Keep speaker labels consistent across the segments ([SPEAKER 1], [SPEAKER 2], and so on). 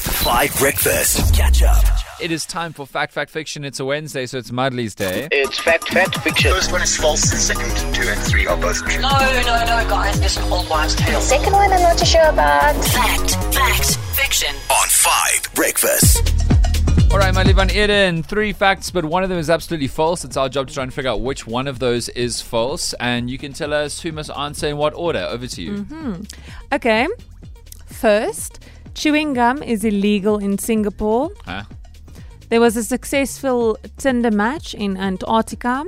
[SPEAKER 1] Five Breakfast. Catch up.
[SPEAKER 2] It is time for Fact Fact Fiction. It's a Wednesday, so it's Mudley's Day.
[SPEAKER 3] It's fact, fact, fiction.
[SPEAKER 4] First one is false, and second, two and three are both true.
[SPEAKER 5] No, no, no, guys, this is an old wives' tale.
[SPEAKER 6] second one I'm not too sure about.
[SPEAKER 5] Fact, fact, fiction.
[SPEAKER 1] On Five Breakfast.
[SPEAKER 2] All right, Mudley Van Eden, three facts, but one of them is absolutely false. It's our job to try and figure out which one of those is false, and you can tell us who must answer in what order. Over to you.
[SPEAKER 7] Okay. First, chewing gum is illegal in Singapore.
[SPEAKER 2] Huh?
[SPEAKER 7] There was a successful Tinder match in Antarctica.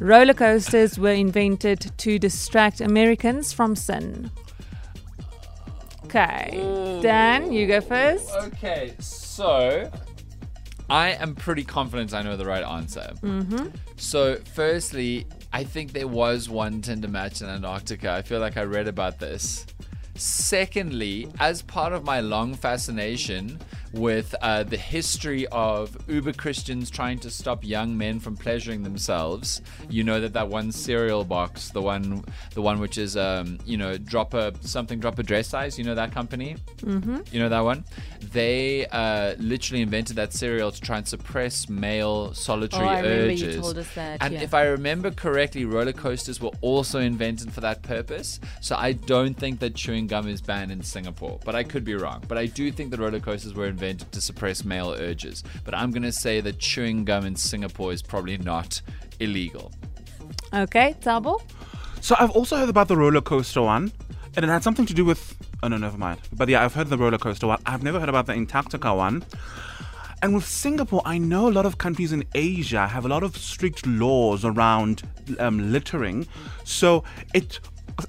[SPEAKER 7] Roller coasters were invented to distract Americans from sin. Okay. Dan, you go first.
[SPEAKER 2] Okay, so I am pretty confident I know the right answer. Mm-hmm. So, firstly, I think there was one Tinder match in Antarctica. I feel like I read about this. Secondly, as part of my long fascination with uh, the history of uber Christians trying to stop young men from pleasuring themselves, you know that that one cereal box, the one, the one which is, um, you know, drop a something, drop a dress size. You know that company. You know that one? They uh, literally invented that cereal to try and suppress male solitary
[SPEAKER 8] Oh, I remember
[SPEAKER 2] urges.
[SPEAKER 8] you told us that,
[SPEAKER 2] and
[SPEAKER 8] yeah.
[SPEAKER 2] if I remember correctly, roller coasters were also invented for that purpose. So I don't think that chewing gum is banned in Singapore, but I could be wrong. But I do think that roller coasters were invented to suppress male urges. But I'm going to say that chewing gum in Singapore is probably not illegal.
[SPEAKER 7] Okay, Tabo.
[SPEAKER 9] So I've also heard about the roller coaster one, and it had something to do with. Oh no, never mind. But yeah, I've heard the roller coaster one. I've never heard about the Antarctica one. And with Singapore, I know a lot of countries in Asia have a lot of strict laws around um, littering. So it.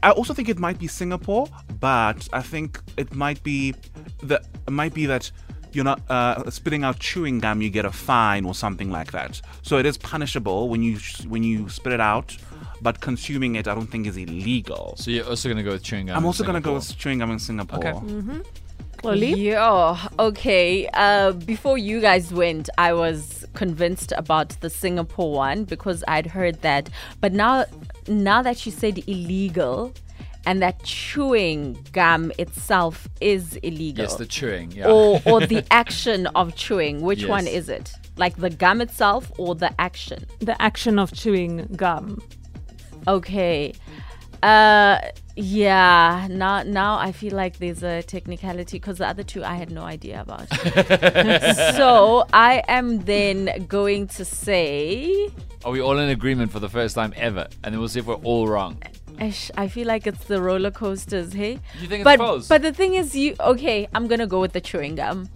[SPEAKER 9] I also think it might be Singapore, but I think it might be the it might be that you're not uh, spitting out chewing gum, you get a fine or something like that. So it is punishable when you when you spit it out, but consuming it, I don't think is illegal.
[SPEAKER 2] So you're also going to go with chewing gum.
[SPEAKER 9] I'm
[SPEAKER 2] in
[SPEAKER 9] also gonna go
[SPEAKER 2] Singapore.
[SPEAKER 9] with chewing gum in Singapore.
[SPEAKER 2] Okay.
[SPEAKER 7] Chloe.
[SPEAKER 8] Yeah, okay. Uh, before you guys went, I was convinced about the Singapore one because I'd heard that. But now, now that you said illegal, and that chewing gum itself is illegal.
[SPEAKER 2] Yes, the chewing. Yeah.
[SPEAKER 9] Oh.
[SPEAKER 8] or, or the action of chewing. Which one
[SPEAKER 2] Yes.
[SPEAKER 8] is it? Like the gum itself or the action?
[SPEAKER 7] The action of chewing gum.
[SPEAKER 8] Okay. Uh yeah, now now I feel like there's a technicality because the other two I had no idea about. so I am then going to say
[SPEAKER 2] Are we all in agreement for the first time ever? And then we'll see if we're all wrong.
[SPEAKER 8] Ish, I feel like it's the roller coasters, hey?
[SPEAKER 2] You think it's
[SPEAKER 8] but,
[SPEAKER 2] false?
[SPEAKER 8] But the thing is you okay, I'm gonna go with the chewing gum.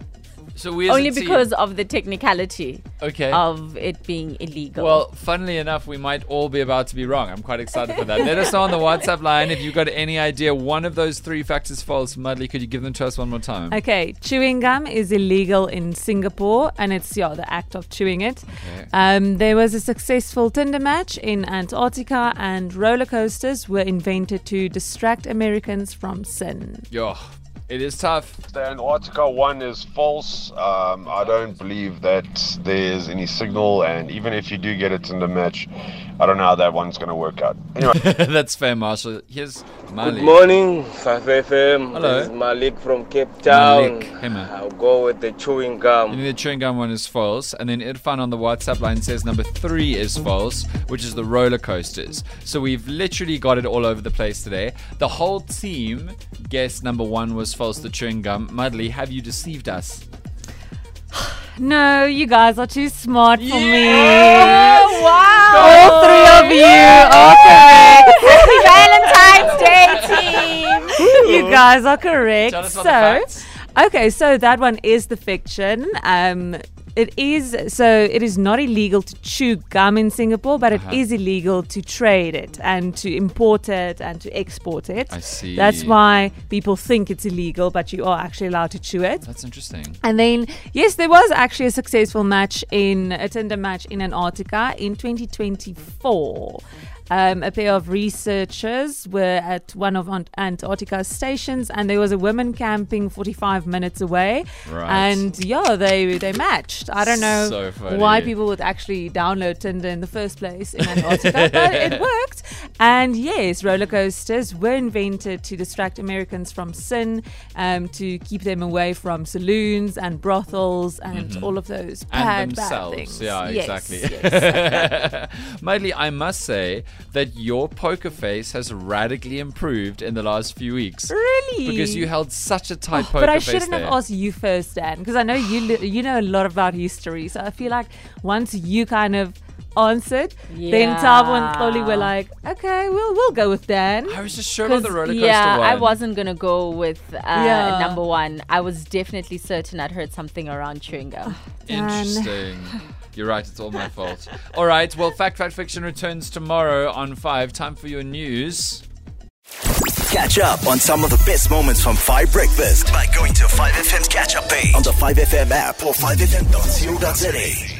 [SPEAKER 2] So we as a
[SPEAKER 8] Only
[SPEAKER 2] team-
[SPEAKER 8] because of the technicality
[SPEAKER 2] okay.
[SPEAKER 8] of it being illegal.
[SPEAKER 2] Well, funnily enough, we might all be about to be wrong. I'm quite excited for that. Let us know on the WhatsApp line if you've got any idea. One of those three facts is false. Mudley, could you give them to us one more time?
[SPEAKER 7] Okay, chewing gum is illegal in Singapore, and it's yeah the act of chewing it. Um, there was a successful Tinder match in Antarctica, and roller coasters were invented to distract Americans from sin.
[SPEAKER 2] Yo, it is tough.
[SPEAKER 10] The Antarctica one is false. Um, I don't believe that there's any signal, and even if you do get it in the match, I don't know how that one's going to work out. Anyway.
[SPEAKER 2] That's fair, Marshall. Here's Mali.
[SPEAKER 3] morning, Fafefem.
[SPEAKER 2] Hello.
[SPEAKER 3] This is Malik from Cape Town.
[SPEAKER 2] Malik. Hey, man.
[SPEAKER 3] I'll go with the chewing gum.
[SPEAKER 2] You know, the chewing gum one is false, and then Irfan on the WhatsApp line says number three is false, which is the roller coasters. So we've literally got it all over the place today. The whole team guessed number one was false, the chewing gum. Mudley, have you deceived us?
[SPEAKER 7] No, you guys are too smart for me.
[SPEAKER 8] Oh, wow!
[SPEAKER 7] All three of you are correct.
[SPEAKER 8] Valentine's Day team.
[SPEAKER 7] you guys are correct.
[SPEAKER 2] Tell us
[SPEAKER 7] so,
[SPEAKER 2] about the facts.
[SPEAKER 7] okay, so that one is the fiction. Um, it is so. It is not illegal to chew gum in Singapore, but it
[SPEAKER 2] Uh-huh.
[SPEAKER 7] is illegal to trade it and to import it and to export it.
[SPEAKER 2] I see.
[SPEAKER 7] That's why people think it's illegal, but you are actually allowed to chew it.
[SPEAKER 2] That's interesting.
[SPEAKER 7] And then, yes, there was actually a successful match in a Tinder match in Antarctica in 2024. Um, a pair of researchers were at one of Ant- Antarctica's stations, and there was a woman camping 45 minutes away.
[SPEAKER 2] Right.
[SPEAKER 7] And yeah, they they matched. I don't know
[SPEAKER 2] So funny.
[SPEAKER 7] why people would actually download Tinder in the first place in Antarctica, but it worked. And yes, roller coasters were invented to distract Americans from sin, um, to keep them away from saloons and brothels and all of those bad,
[SPEAKER 2] Mm-hmm. and
[SPEAKER 7] bad
[SPEAKER 2] themselves.
[SPEAKER 7] things.
[SPEAKER 2] Yeah,
[SPEAKER 7] Yes,
[SPEAKER 2] exactly.
[SPEAKER 7] yes.
[SPEAKER 2] Madly, I must say that your poker face has radically improved in the last few weeks.
[SPEAKER 7] Really?
[SPEAKER 2] Because you held such a tight poker
[SPEAKER 7] Oh, But I
[SPEAKER 2] face
[SPEAKER 7] shouldn't
[SPEAKER 2] there.
[SPEAKER 7] have asked you first, Dan, because I know you li- you know a lot about history. So I feel like once you kind of answered, then Tabo and Chloe were
[SPEAKER 8] Yeah.
[SPEAKER 7] like, okay, we'll we'll go with Dan.
[SPEAKER 2] I was just sure about the
[SPEAKER 8] 'Cause,
[SPEAKER 2] roller coaster
[SPEAKER 8] yeah, I
[SPEAKER 2] one.
[SPEAKER 8] wasn't gonna go with uh,
[SPEAKER 7] Yeah.
[SPEAKER 8] number one. I was definitely certain I'd heard something around chewing gum.
[SPEAKER 2] Interesting. You're right, it's all my fault. All right, well, Fact, Fact, Fiction returns tomorrow on 5. Time for your news.
[SPEAKER 1] Catch up on some of the best moments from 5 Breakfast by going to 5FM's catch up page on the 5FM app or 5FM.co.za.